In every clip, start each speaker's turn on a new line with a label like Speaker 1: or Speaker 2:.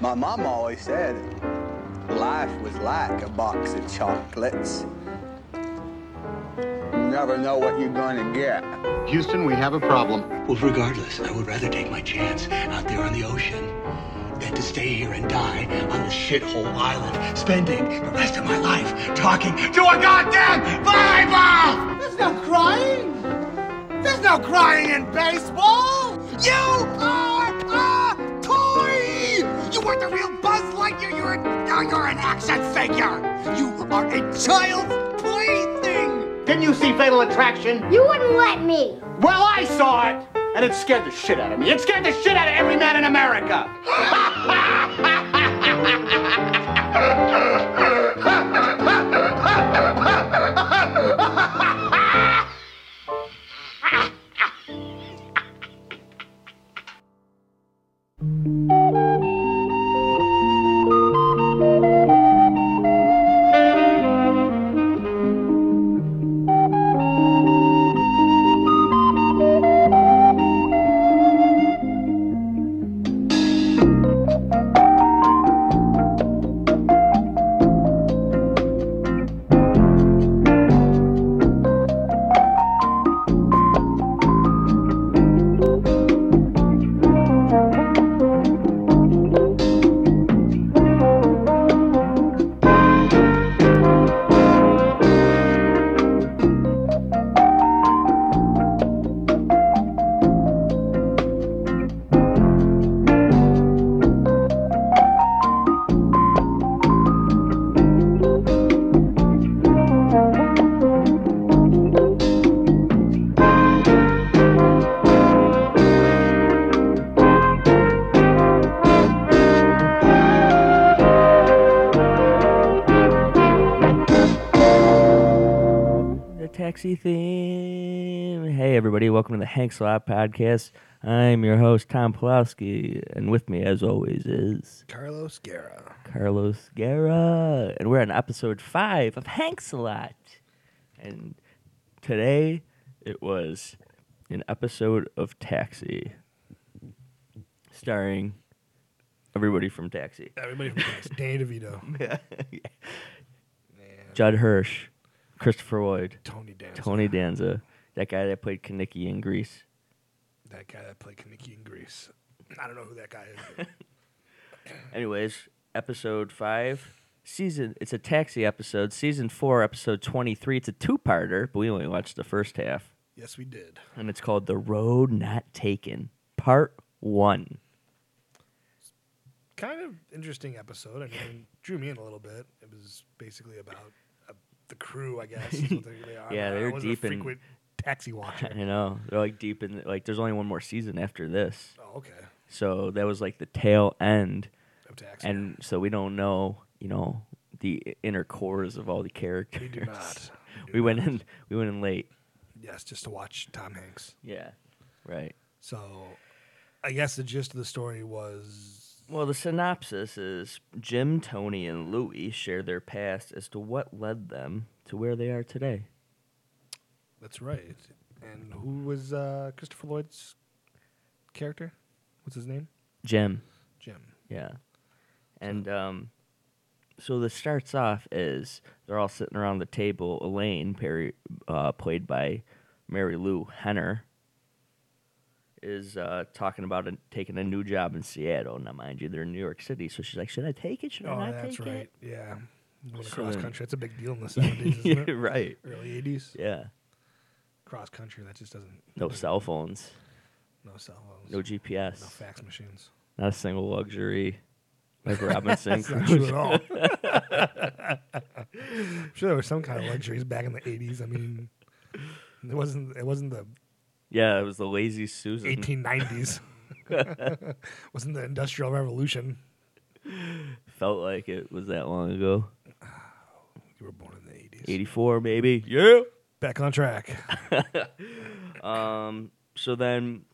Speaker 1: My mom always said life was like a box of chocolates. You never know what you're gonna get.
Speaker 2: Houston, we have a problem.
Speaker 3: Well, regardless, I would rather take my chance out there on the ocean than to stay here and die on this shithole island, spending the rest of my life talking to a goddamn Bible! There's no crying! There's no crying in baseball! You are a toy! You weren't the real Buzz Lightyear, you were, now you're an action figure! You are a child's plaything!
Speaker 2: Didn't you see Fatal Attraction?
Speaker 4: You wouldn't let me.
Speaker 2: Well, I saw it! And it scared the shit out of me. It scared the shit out of every man in America!
Speaker 5: The taxi theme. Hey, everybody, welcome to the Hank Slot Podcast. I'm your host, Tom Pulowski, and with me, as always, is
Speaker 6: Carlos Guerra.
Speaker 5: Carlos Guerra. And we're on episode five of Hank's Lot. And today it was an episode of Taxi starring everybody from Taxi
Speaker 6: Everybody from Texas. Danny DeVito,
Speaker 5: Judd Hirsch, Christopher Lloyd,
Speaker 6: Tony Danza,
Speaker 5: Tony Danza, that guy that played Kaneki in Greece.
Speaker 6: that guy that played Kaneki in Greece. I don't know who that guy is.
Speaker 5: Anyways, episode five, season. It's a taxi episode, season four, episode twenty-three. It's a two-parter, but we only watched the first half,
Speaker 6: yes, we did.
Speaker 5: and it's called "The Road Not Taken," part one.
Speaker 6: Kind of interesting episode. I mean, drew me in a little bit. It was basically about uh, the crew, I guess. is what they- they are.
Speaker 5: Yeah, they were
Speaker 6: I wasn't
Speaker 5: deep
Speaker 6: a
Speaker 5: in-
Speaker 6: frequent taxi watcher.
Speaker 5: You know, they're like deep in. Like, there's only one more season after this,
Speaker 6: oh, okay.
Speaker 5: so that was like the tail end,
Speaker 6: Of taxi.
Speaker 5: and so we don't know. You know, the inner cores of all the characters.
Speaker 6: we do not. do
Speaker 5: We
Speaker 6: not.
Speaker 5: went in. We went in late.
Speaker 6: Yes, just to watch Tom Hanks.
Speaker 5: Yeah. Right.
Speaker 6: So, I guess the gist of the story was
Speaker 5: Well, the synopsis is Jim, Tony, and Louie share their past as to what led them to where they are today.
Speaker 6: that's right. And who was uh, Christopher Lloyd's character? What's his name?
Speaker 5: Jim.
Speaker 6: Jim.
Speaker 5: Yeah. And um, so this starts off as they're all sitting around the table. Elaine, Perry, uh, played by Mary Lou Henner, is uh, talking about a, taking a new job in Seattle. Now, mind you, they're in New York City, so she's like, "Should I take it? Should I
Speaker 6: Oh,
Speaker 5: not
Speaker 6: that's
Speaker 5: take
Speaker 6: right. Yeah. Going
Speaker 5: So
Speaker 6: cross
Speaker 5: then-
Speaker 6: country. That's a big deal in the 70s,
Speaker 5: it?"
Speaker 6: isn't it?
Speaker 5: right.
Speaker 6: Early 80s.
Speaker 5: Yeah.
Speaker 6: Cross country, that just doesn't.
Speaker 5: No cell phones.
Speaker 6: No cell phones.
Speaker 5: No GPS.
Speaker 6: no fax machines.
Speaker 5: Not a single luxury. Like Robinson
Speaker 6: That's not
Speaker 5: Crusoe.
Speaker 6: true at all. I'm sure there were some kind of luxuries back in the 80s. I mean, it wasn't it wasn't the
Speaker 5: Yeah, it was the lazy Susan.
Speaker 6: 1890s. wasn't the Industrial Revolution.
Speaker 5: Felt like it was that long ago.
Speaker 6: You were born in the 80s.
Speaker 5: 84, maybe. Yeah.
Speaker 6: Back on track.
Speaker 5: So then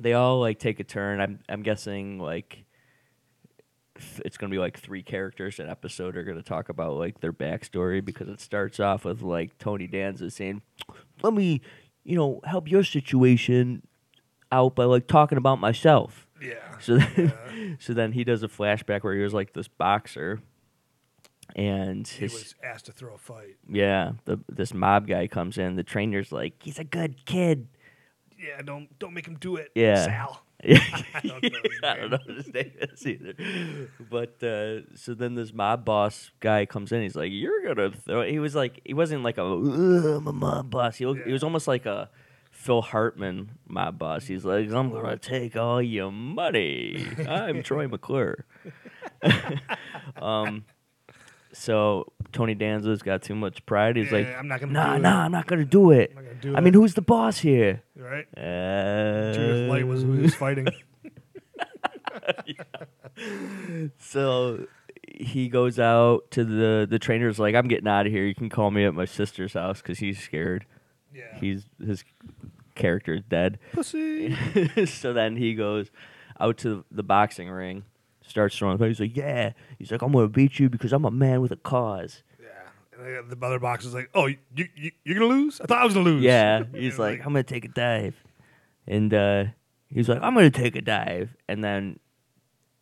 Speaker 5: they all like take a turn. I'm I'm guessing like th- it's gonna be like three characters an episode are gonna talk about like their backstory because it starts off with like Tony Danza saying, "Let me, you know, help your situation out by like talking about myself."
Speaker 6: Yeah.
Speaker 5: So then, so then he does a flashback where he was like this boxer, and
Speaker 6: He
Speaker 5: his
Speaker 6: was asked to throw a fight.
Speaker 5: yeah, the, this mob guy comes in. The trainer's like, he's a good kid.
Speaker 6: Yeah, don't don't make him do it.
Speaker 5: Yeah.
Speaker 6: Sal.
Speaker 5: I
Speaker 6: don't know his
Speaker 5: don't know his name is either. But uh, so then this mob boss guy comes in. He's like, "You're gonna throw." He was like, he wasn't like a "Ugh, I'm a mob boss. He, looked, he was almost like a Phil Hartman mob boss. He's like, "I'm gonna take all your money. I'm Troy McClure." um, so Tony Danza's got too much pride. He's
Speaker 6: Yeah,
Speaker 5: like,
Speaker 6: I'm not gonna
Speaker 5: Nah,
Speaker 6: do it.
Speaker 5: nah, I'm not gonna do it.
Speaker 6: not gonna do
Speaker 5: I mean,
Speaker 6: it."
Speaker 5: who's the boss here?"
Speaker 6: Right.
Speaker 5: Uh,
Speaker 6: Judith Light was who he was fighting.
Speaker 5: So he goes out to the the trainer's like, I'm getting out of here. You can call me at my sister's house because he's scared.
Speaker 6: Yeah.
Speaker 5: He's his character is dead.
Speaker 6: Pussy.
Speaker 5: so then he goes out to the boxing ring, starts throwing. He's like, Yeah. He's like, I'm gonna beat you because I'm a man with a cause.
Speaker 6: Yeah. And the other box was like, "Oh, you, you you're gonna lose? I thought I was gonna lose."
Speaker 5: Yeah.
Speaker 6: And
Speaker 5: He's
Speaker 6: I'm
Speaker 5: like, I'm gonna take a dive, and uh, he's like, I'm gonna take a dive, and then.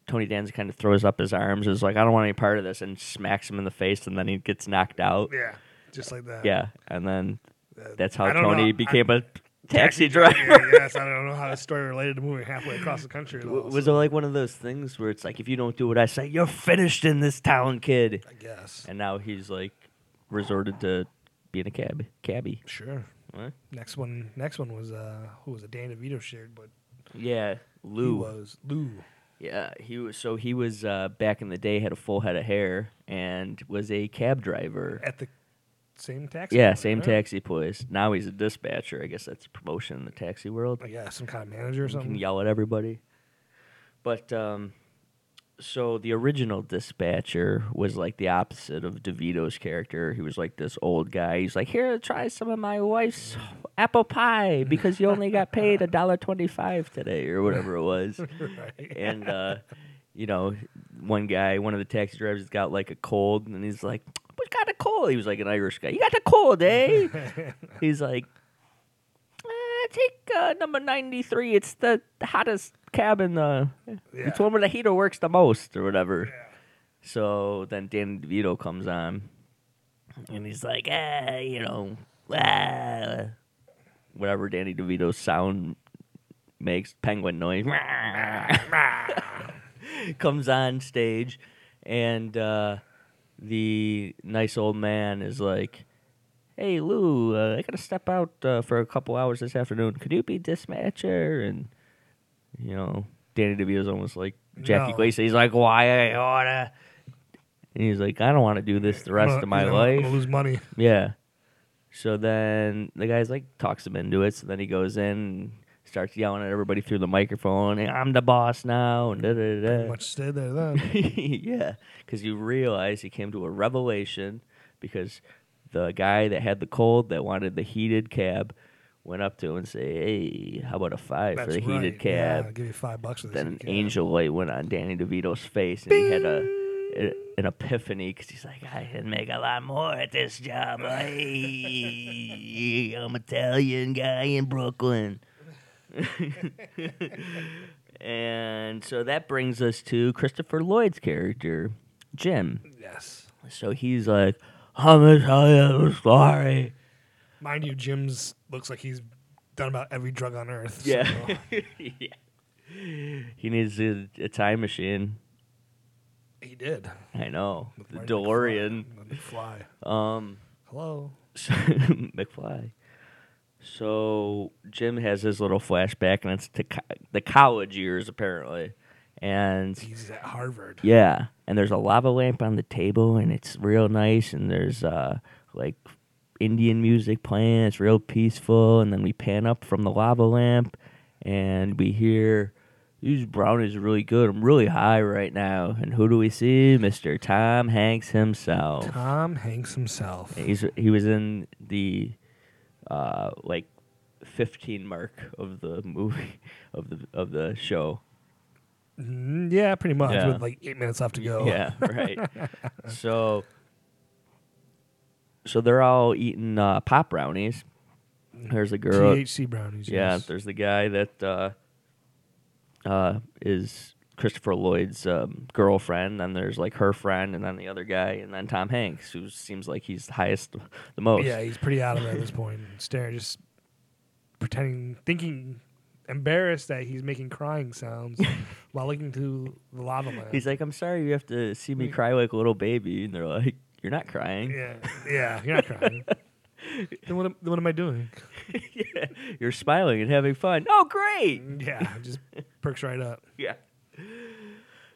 Speaker 5: Tony Danza kind of throws up his arms, is like, I don't want any part of this, and smacks him in the face, and then he gets knocked out.
Speaker 6: yeah, just like that.
Speaker 5: Yeah, and then that's how
Speaker 6: Uh, I don't know.
Speaker 5: Tony
Speaker 6: I-
Speaker 5: became a taxi driver.
Speaker 6: Yeah, yes, I don't know how the story related to moving halfway across the country. At all,
Speaker 5: Was it
Speaker 6: so
Speaker 5: like one of those things where it's like, if you don't do what I say, you're finished in this town, kid?
Speaker 6: I guess.
Speaker 5: And now he's like resorted to being a cab cabbie.
Speaker 6: Sure.
Speaker 5: What?
Speaker 6: Next one. Next one was uh, who was it? Dan DeVito shared, but
Speaker 5: Yeah,
Speaker 6: he
Speaker 5: Lou.
Speaker 6: was Lou.
Speaker 5: Yeah, he was. So he was uh, back in the day had a full head of hair and was a cab driver.
Speaker 6: at the same taxi. Oh.
Speaker 5: Yeah,
Speaker 6: company,
Speaker 5: same
Speaker 6: right?
Speaker 5: taxi place. Now he's a dispatcher. I guess that's a promotion in the taxi world.
Speaker 6: Like, yeah, some kind of manager or
Speaker 5: You
Speaker 6: something.
Speaker 5: can yell at everybody. But um, so the original dispatcher was like the opposite of DeVito's character. He was like this old guy. He's like, "Here, try some of my wife's apple pie because you only got paid a dollar twenty-five today or whatever it was." And uh, you know, one guy, one of the taxi drivers, has got like a cold, and he's like, "What got a cold?" He was like an Irish guy. You got a cold, eh? he's like, uh, take uh, number 93. It's the hottest cab in the. It's one where the heater works the most or whatever. So then Dan DeVito comes on and he's like, ah, you know, ah, whatever Danny DeVito's sound makes, penguin noise, comes on stage and uh, the nice old man is like, hey Lou, uh, I gotta step out uh, for a couple hours this afternoon. Could you be dispatcher? And you know, Danny DeVito's almost like Jackie
Speaker 6: No.
Speaker 5: Gleason. He's like, why I oughta. And he's like, I don't want to do this the
Speaker 6: I'm
Speaker 5: rest
Speaker 6: gonna-
Speaker 5: of my
Speaker 6: I'm gonna- I'm
Speaker 5: life.
Speaker 6: gonna lose money.
Speaker 5: Yeah. So then the guy's like talks him into it. So then he goes in and starts yelling at everybody through the microphone. "Hey, I'm the boss now. And da da da.
Speaker 6: Much stayed there then.
Speaker 5: yeah, because you realize he came to a revelation because the guy that had the cold that wanted the heated cab went up to him and say, "Hey, how about a five for the
Speaker 6: That's right.
Speaker 5: heated
Speaker 6: Yeah,
Speaker 5: cab?"
Speaker 6: I'll give you five bucks for this.
Speaker 5: then an
Speaker 6: heated cab.
Speaker 5: angel light went on Danny DeVito's face, and he had a, a- an epiphany because he's like, I can make a lot more at this job. Hey, I'm Italian guy in Brooklyn. and so that brings us to Christopher Lloyd's character, Jim.
Speaker 6: Yes.
Speaker 5: So he's like, I'm Italian, I'm sorry.
Speaker 6: Mind you, Jim's looks like he's done about every drug on earth.
Speaker 5: Yeah.
Speaker 6: so-
Speaker 5: yeah. He needs a, a time machine.
Speaker 6: he did.
Speaker 5: I know. The
Speaker 6: Marty
Speaker 5: DeLorean.
Speaker 6: McFly. Fly.
Speaker 5: Um,
Speaker 6: Hello.
Speaker 5: so- McFly. So Jim has his little flashback, and it's to co- the college years apparently, and
Speaker 6: He's at Harvard.
Speaker 5: yeah, and there's a lava lamp on the table, and it's real nice, and there's uh like Indian music playing, it's real peaceful, and then we pan up from the lava lamp, and we hear. These brownies are really good. I'm really high right now. And who do we see? Mr. Tom Hanks himself.
Speaker 6: Tom Hanks himself.
Speaker 5: He's he was in the uh like fifteen mark of the movie of the of the show.
Speaker 6: Mm, Yeah, pretty much.
Speaker 5: Yeah.
Speaker 6: With like eight minutes left to go.
Speaker 5: Yeah, right. so so they're all eating uh, pop brownies. There's a girl.
Speaker 6: THC brownies.
Speaker 5: Yeah,
Speaker 6: yes.
Speaker 5: there's the guy that uh uh, is Christopher Lloyd's um, girlfriend. Then there's like her friend, and then the other guy, and then Tom Hanks, who seems like he's the highest, the most.
Speaker 6: Yeah, he's pretty out of it at this point. Staring, just pretending, thinking, embarrassed that he's making crying sounds while looking through the lava lamp.
Speaker 5: He's like, I'm sorry, you have to see me cry like a little baby, and they're like, You're not crying.
Speaker 6: yeah, yeah, you're not crying. then, what am, then what am I doing?
Speaker 5: Yeah. You're smiling and having fun. Oh, great.
Speaker 6: Yeah, it just perks right up.
Speaker 5: Yeah.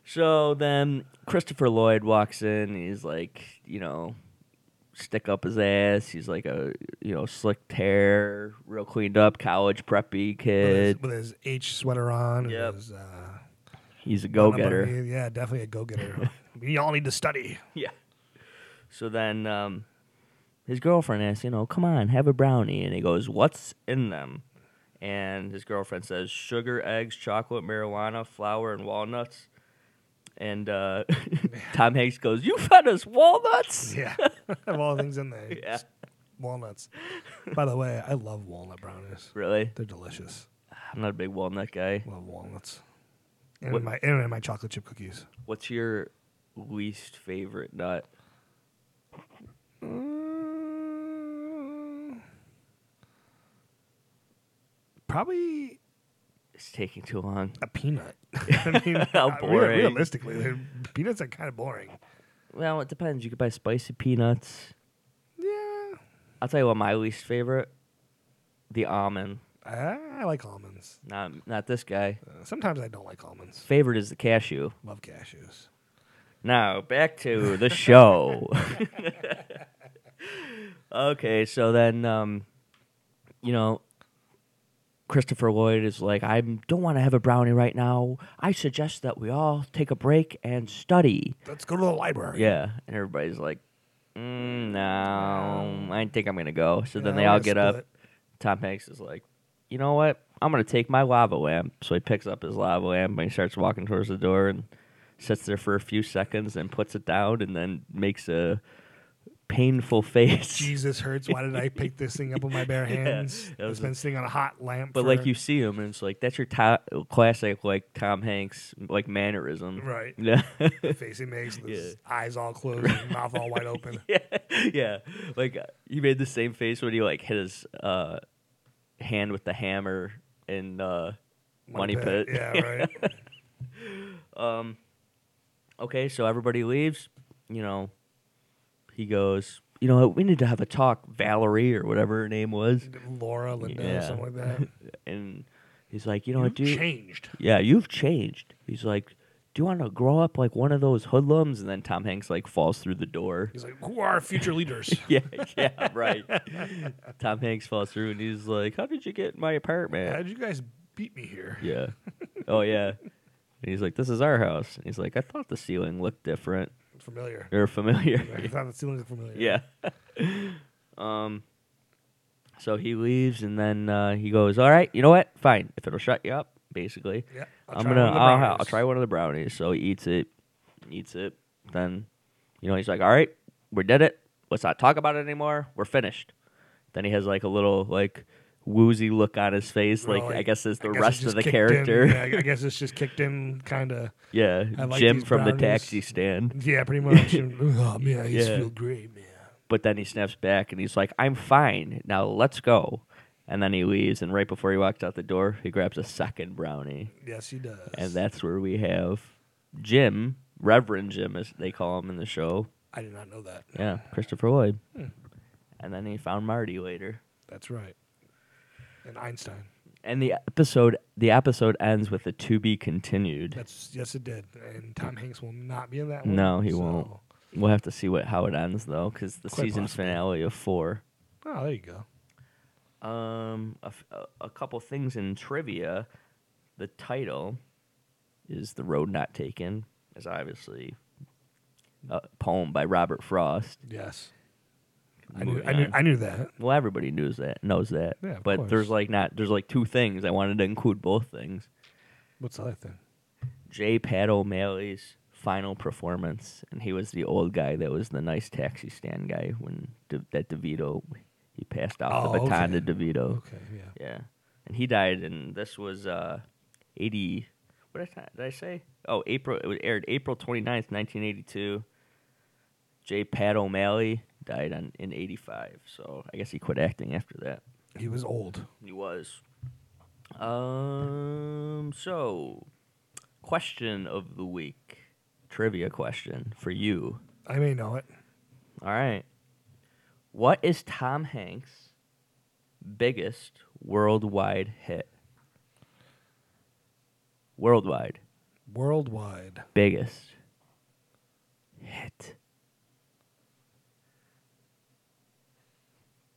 Speaker 5: So then Christopher Lloyd walks in. He's like, you know, stick up his ass. He's like a, you know, slicked hair, real cleaned up, college preppy
Speaker 6: With his,
Speaker 5: kid.
Speaker 6: with his H sweater on. and
Speaker 5: Yep.
Speaker 6: his, uh,
Speaker 5: He's a go getter.
Speaker 6: Yeah, Yeah, definitely a go getter. we all need to study.
Speaker 5: Yeah. So then um, his girlfriend asks, you know, come on, have a brownie. And he goes, what's in them? And his girlfriend says, sugar, eggs, chocolate, marijuana, flour, and walnuts. And uh, Tom Hanks goes, you fed us walnuts?
Speaker 6: Yeah, of all the things in there.
Speaker 5: Yeah.
Speaker 6: just Walnuts. By the way, I love walnut brownies.
Speaker 5: Really?
Speaker 6: They're delicious.
Speaker 5: I'm not a big walnut guy.
Speaker 6: Love walnuts. And
Speaker 5: What-
Speaker 6: my and my chocolate chip cookies.
Speaker 5: What's your least favorite nut?
Speaker 6: Probably
Speaker 5: It's taking too long.
Speaker 6: a peanut. I mean,
Speaker 5: How
Speaker 6: real-
Speaker 5: boring.
Speaker 6: realistically, they're- peanuts are kind of boring.
Speaker 5: Well, it depends. You could buy spicy peanuts.
Speaker 6: Yeah,
Speaker 5: I'll tell you what my least favorite. The almond.
Speaker 6: I, I like almonds.
Speaker 5: Not not this guy.
Speaker 6: Uh, sometimes I don't like almonds.
Speaker 5: Favorite is the cashew.
Speaker 6: Love cashews.
Speaker 5: Now back to the show. okay, so then um, you know, Christopher Lloyd is like, I don't want to have a brownie right now. I suggest that we all take a break and study.
Speaker 6: Let's go to the library.
Speaker 5: Yeah, and everybody's like, mm, "No, I think I'm gonna go." So then
Speaker 6: Yeah,
Speaker 5: they
Speaker 6: I'm
Speaker 5: all
Speaker 6: gonna
Speaker 5: get up.
Speaker 6: split.
Speaker 5: Tom Hanks is like, "You know what? I'm gonna take my lava lamp." So he picks up his lava lamp and he starts walking towards the door and sits there for a few seconds and puts it down and then makes a painful face.
Speaker 6: Jesus hurts. Why did I pick this thing up with my bare hands?
Speaker 5: that was
Speaker 6: it's been sitting on a hot lamp.
Speaker 5: But
Speaker 6: for-
Speaker 5: like you see him, and it's like that's your to- classic like Tom Hanks like mannerism,
Speaker 6: Right.
Speaker 5: Yeah.
Speaker 6: the face he makes, with his eyes all closed, and mouth all wide open.
Speaker 5: yeah, yeah. Like uh, he made the same face when he like hit his uh, hand with the hammer in uh, Money Pit.
Speaker 6: Yeah, right.
Speaker 5: Okay, so everybody leaves. You know, he goes. You know, we need to have a talk, Valerie or whatever her name was,
Speaker 6: Laura, Linda,
Speaker 5: Yeah.
Speaker 6: something like that.
Speaker 5: and he's like, you know
Speaker 6: You
Speaker 5: what, dude?
Speaker 6: changed.
Speaker 5: Yeah, you've changed. He's like, do you want to grow up like one of those hoodlums? And then Tom Hanks like falls through the door.
Speaker 6: He's like, who are our future leaders?
Speaker 5: yeah, yeah, right. Tom Hanks falls through and he's like, how did you get in my apartment?
Speaker 6: How did you guys beat me here?
Speaker 5: Yeah. Oh yeah. And he's like, "This is our house." And he's like, "I thought the ceiling looked different
Speaker 6: Familiar.
Speaker 5: or familiar."
Speaker 6: I thought the ceiling looked familiar.
Speaker 5: yeah. um. So he leaves, and then uh, he goes, "All right, you know what? Fine. If it'll shut you up, basically,
Speaker 6: Yeah, I'll
Speaker 5: I'm
Speaker 6: try
Speaker 5: gonna.
Speaker 6: one of the
Speaker 5: I'll, ha-
Speaker 6: brownies."
Speaker 5: I'll try one of the brownies." So he eats it, eats it. Then, you know, he's like, "All right, we did it. Let's not talk about it anymore. We're finished." Then he has like a little like woozy look on his face,
Speaker 6: Well,
Speaker 5: like, I guess it's the
Speaker 6: guess it
Speaker 5: rest of
Speaker 6: just
Speaker 5: the
Speaker 6: kicked in.
Speaker 5: character.
Speaker 6: Yeah, I- I guess it's just kicked in, kind of.
Speaker 5: Yeah,
Speaker 6: I like
Speaker 5: Jim
Speaker 6: these
Speaker 5: from the
Speaker 6: brownies.
Speaker 5: taxi stand.
Speaker 6: Yeah, pretty much. And, oh man, I just
Speaker 5: Yeah.
Speaker 6: feel great, man.
Speaker 5: But then he snaps back and he's like, "I'm fine. Now let's go." And then he leaves. And right before he walks out the door, he grabs a second brownie,
Speaker 6: Yes, he does.
Speaker 5: and that's where we have Jim, Reverend Jim, as they call him in the show.
Speaker 6: I did not know that.
Speaker 5: Yeah, Christopher Lloyd.
Speaker 6: Hmm.
Speaker 5: And then he found Marty later.
Speaker 6: That's right. And Einstein.
Speaker 5: And the episode the episode ends with a to be continued.
Speaker 6: That's yes, it did. And Tom Hanks will not be in that one.
Speaker 5: No, he
Speaker 6: so-
Speaker 5: won't. We'll have to see what how it ends though, because the
Speaker 6: Quite
Speaker 5: season
Speaker 6: possibly.
Speaker 5: finale of four.
Speaker 6: Oh, there you go.
Speaker 5: Um, a, f- a- a couple things in trivia. The title is "The Road Not Taken," is obviously a poem by Robert Frost.
Speaker 6: Yes, I knew, I
Speaker 5: Moving
Speaker 6: knew.
Speaker 5: on.
Speaker 6: I knew that.
Speaker 5: Well, everybody knows that. Knows that.
Speaker 6: Yeah, of
Speaker 5: but there's
Speaker 6: course.
Speaker 5: like not. There's like two things. I wanted to include both things.
Speaker 6: What's the other thing?
Speaker 5: J. Pat O'Malley's final performance, and he was the old guy that was the nice taxi stand guy when De- that DeVito he passed off the
Speaker 6: Oh,
Speaker 5: baton to
Speaker 6: okay.
Speaker 5: DeVito.
Speaker 6: Okay, yeah.
Speaker 5: Yeah. And he died, and this was uh, 80, What did I, did I say? Oh, April. It was aired April 29th, 1982. J. Pat O'Malley died on, in 85, so I guess he quit acting after that.
Speaker 6: He was old.
Speaker 5: He was. Um. So, question of the week, trivia question for you.
Speaker 6: I may know it.
Speaker 5: All right. What is Tom Hanks' biggest worldwide hit? Worldwide
Speaker 6: Worldwide.
Speaker 5: biggest hit.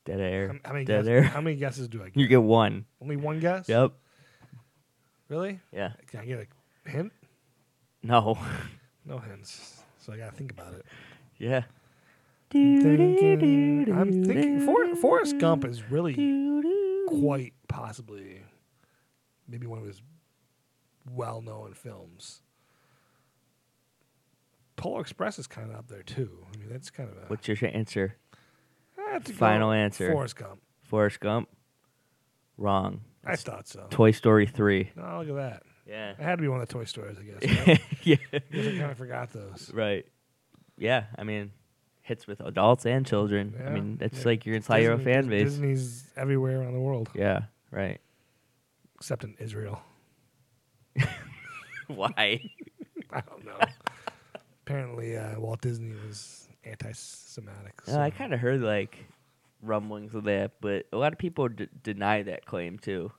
Speaker 5: Dead
Speaker 6: How,
Speaker 5: air.
Speaker 6: how many
Speaker 5: Dead
Speaker 6: guesses,
Speaker 5: air.
Speaker 6: How many guesses do I get?
Speaker 5: You get one.
Speaker 6: Only one guess?
Speaker 5: Yep.
Speaker 6: Really?
Speaker 5: Yeah.
Speaker 6: Can I get a hint?
Speaker 5: No.
Speaker 6: No hints. So I gotta think about it.
Speaker 5: yeah.
Speaker 6: Thinking, I'm thinking. For, Forrest Gump is really quite possibly maybe one of his well-known films. Polo Express is kind of up there too. I mean, that's kind of a
Speaker 5: What's your answer?
Speaker 6: I have to go
Speaker 5: final answer?
Speaker 6: Forrest Gump.
Speaker 5: Forrest Gump? Wrong.
Speaker 6: I thought so.
Speaker 5: Toy Story 3.
Speaker 6: No, look at that.
Speaker 5: Yeah.
Speaker 6: It had to be one of the Toy Stories, I guess. right?
Speaker 5: yeah.
Speaker 6: I guess I kind of forgot those.
Speaker 5: Right. Yeah. I mean, hits with adults and children. I
Speaker 6: Yeah.
Speaker 5: mean, that's
Speaker 6: Yeah.
Speaker 5: like your entire
Speaker 6: Disney-
Speaker 5: fan base.
Speaker 6: Disney's everywhere around the world,
Speaker 5: Yeah. Right.
Speaker 6: except in Israel.
Speaker 5: Why?
Speaker 6: I don't know. Apparently, uh, Walt Disney was anti-Semitic.
Speaker 5: No, I kind of heard like rumblings of that, but a lot of people d- deny that claim too.
Speaker 6: of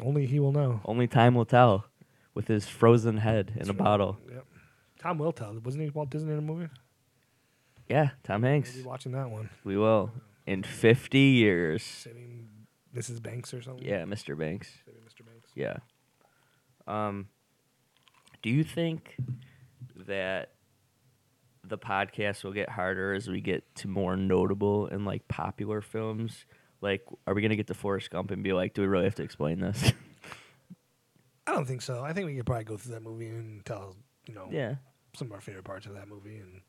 Speaker 6: only he will know.
Speaker 5: Only time will tell. With his frozen head in a bottle.
Speaker 6: Yep. Tom will tell. Wasn't he Walt Disney in a movie?
Speaker 5: Yeah, Tom Hanks.
Speaker 6: Maybe watching that one,
Speaker 5: We will. In 50 years.
Speaker 6: saving Mrs. Banks or something.
Speaker 5: Yeah, Mr. Banks.
Speaker 6: Saving Mr. Banks.
Speaker 5: Yeah. Um, do you think that the podcast will get harder as we get to more notable and like popular films? Like, are we gonna get to Forrest Gump and be like, do we really have to explain this?
Speaker 6: I don't think so. I think we could probably go through that movie and tell you know
Speaker 5: yeah,
Speaker 6: some of our favorite parts of that movie and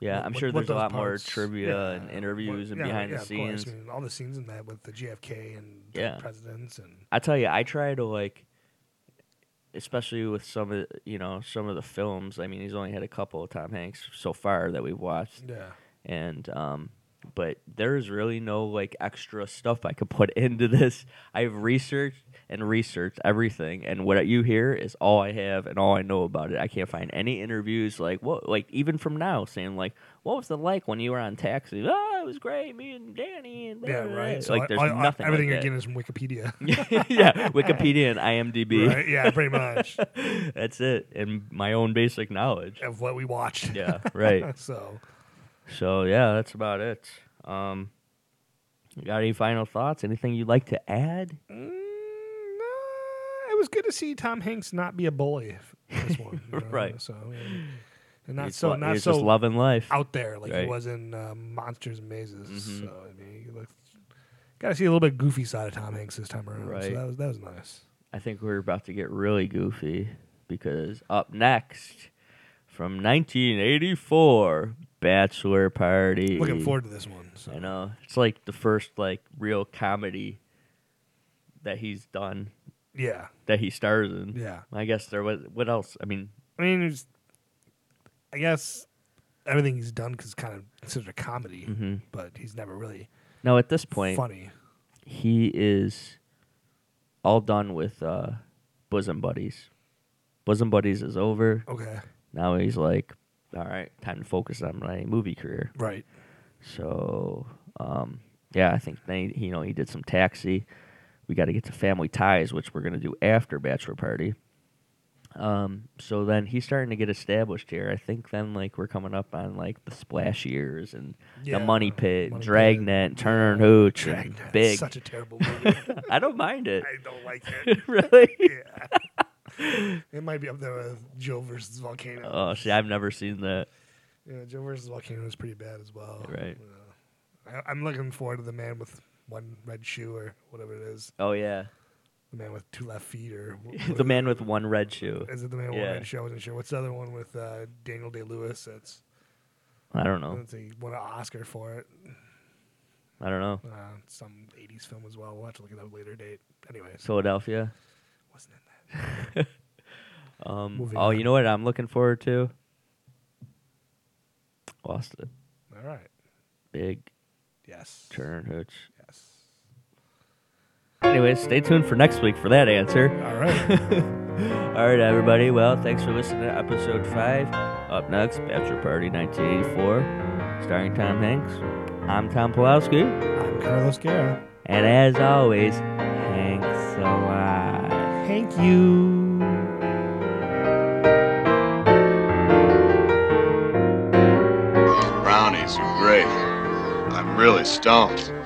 Speaker 5: yeah.
Speaker 6: what-
Speaker 5: I'm sure
Speaker 6: what
Speaker 5: there's a
Speaker 6: those
Speaker 5: lot
Speaker 6: parts-
Speaker 5: more trivia
Speaker 6: yeah,
Speaker 5: and interviews and
Speaker 6: what- yeah,
Speaker 5: behind
Speaker 6: yeah,
Speaker 5: the
Speaker 6: of course.
Speaker 5: scenes.
Speaker 6: I mean, all the scenes in that with the GFK and the
Speaker 5: Yeah.
Speaker 6: presidents and
Speaker 5: I tell you, I try to like, especially with some of the- you know some of the films. I mean, he's only had a couple of Tom Hanks so far that we've watched.
Speaker 6: yeah.
Speaker 5: and um but there's really no like extra stuff I could put into this. I've researched and researched everything, and what you hear is all I have and all I know about it. I can't find any interviews like what, like even from now, saying like, "What was it like when you were on Taxi?" Oh, it was great, me and Danny, and blah,
Speaker 6: Yeah,
Speaker 5: blah,
Speaker 6: right.
Speaker 5: blah."
Speaker 6: So
Speaker 5: like,
Speaker 6: I-
Speaker 5: there's
Speaker 6: I- I-
Speaker 5: nothing. like
Speaker 6: everything
Speaker 5: that.
Speaker 6: you're getting is from Wikipedia.
Speaker 5: yeah, Wikipedia and IMDb.
Speaker 6: right? Yeah, pretty much
Speaker 5: That's it, and my own basic knowledge.
Speaker 6: of what we watched.
Speaker 5: Yeah, right.
Speaker 6: So
Speaker 5: So yeah, that's about it. Um, you got any final thoughts? Anything you'd like to add?
Speaker 6: mm, no, it was good to see Tom Hanks not be a bully f- this one, you know,
Speaker 5: Right.
Speaker 6: So yeah. and not
Speaker 5: He's
Speaker 6: so
Speaker 5: lo-
Speaker 6: not
Speaker 5: he's
Speaker 6: so
Speaker 5: just loving life.
Speaker 6: out there like he
Speaker 5: Right. Mm-hmm.
Speaker 6: was in uh, Monsters and Mazes. So I mean, you look, got to see a little bit goofy side of Tom Hanks this time around. So
Speaker 5: Right.
Speaker 6: that was that was nice.
Speaker 5: I think we're about to get really goofy because up next, from 1984, Bachelor Party.
Speaker 6: Looking forward to this one. So.
Speaker 5: I know it's like the first like real comedy that he's done
Speaker 6: Yeah,
Speaker 5: that he stars in.
Speaker 6: yeah.
Speaker 5: I guess there was what else? I mean,
Speaker 6: I mean, it's, I guess everything he's done is kind of considered a comedy, but he's never really
Speaker 5: no. At this Mm-hmm. point,
Speaker 6: funny.
Speaker 5: he is all done with uh, bosom buddies. Bosom buddies is over.
Speaker 6: Okay,
Speaker 5: Now he's like, all right, time to focus on my movie career.
Speaker 6: right.
Speaker 5: So, um, yeah, I think they, you know, he did some taxi. We got to get to family ties, which we're gonna do after bachelor party. Um, so then he's starting to get established here. I think then like we're coming up on like the splash years and
Speaker 6: Yeah,
Speaker 5: the money pit,
Speaker 6: Money Pit,
Speaker 5: dragnet, turn hooch, and
Speaker 6: Dragnet.
Speaker 5: big.
Speaker 6: Such a terrible movie.
Speaker 5: I don't mind it.
Speaker 6: I don't like it.
Speaker 5: really?
Speaker 6: It might be up there with Joe versus Volcano.
Speaker 5: Oh, see, I've never seen that.
Speaker 6: Yeah, Joe versus Volcano is pretty bad as well.
Speaker 5: Right.
Speaker 6: Oh, Yeah. I, I'm looking forward to the man with one red shoe or whatever it is.
Speaker 5: Oh yeah,
Speaker 6: The man with two left feet or wh-
Speaker 5: the man with one red shoe.
Speaker 6: Is it the man with
Speaker 5: Yeah.
Speaker 6: one red shoe? I wasn't sure. What's the other one with uh, Daniel Day Lewis? That's
Speaker 5: I don't know.
Speaker 6: that's he won an Oscar for it.
Speaker 5: I don't know.
Speaker 6: Uh, some '80s film as well. We'll have to look it up later date. Anyways,
Speaker 5: Philadelphia.
Speaker 6: wasn't in that.
Speaker 5: Um,
Speaker 6: Moving
Speaker 5: oh,
Speaker 6: on.
Speaker 5: you know what I'm looking forward to? Lost it.
Speaker 6: All right.
Speaker 5: Big
Speaker 6: Yes.
Speaker 5: turn hooch.
Speaker 6: Yes.
Speaker 5: Anyways, stay tuned for next week for that answer.
Speaker 6: All right.
Speaker 5: All right, everybody. Well, thanks for listening to episode five. Up next, Bachelor Party 1984, starring Tom Hanks. I'm Tom Pulowski,
Speaker 6: I'm Carlos Guerra.
Speaker 5: and as always, Hanks alive.
Speaker 6: Thank you.
Speaker 4: Brownies are great. I'm really stumped.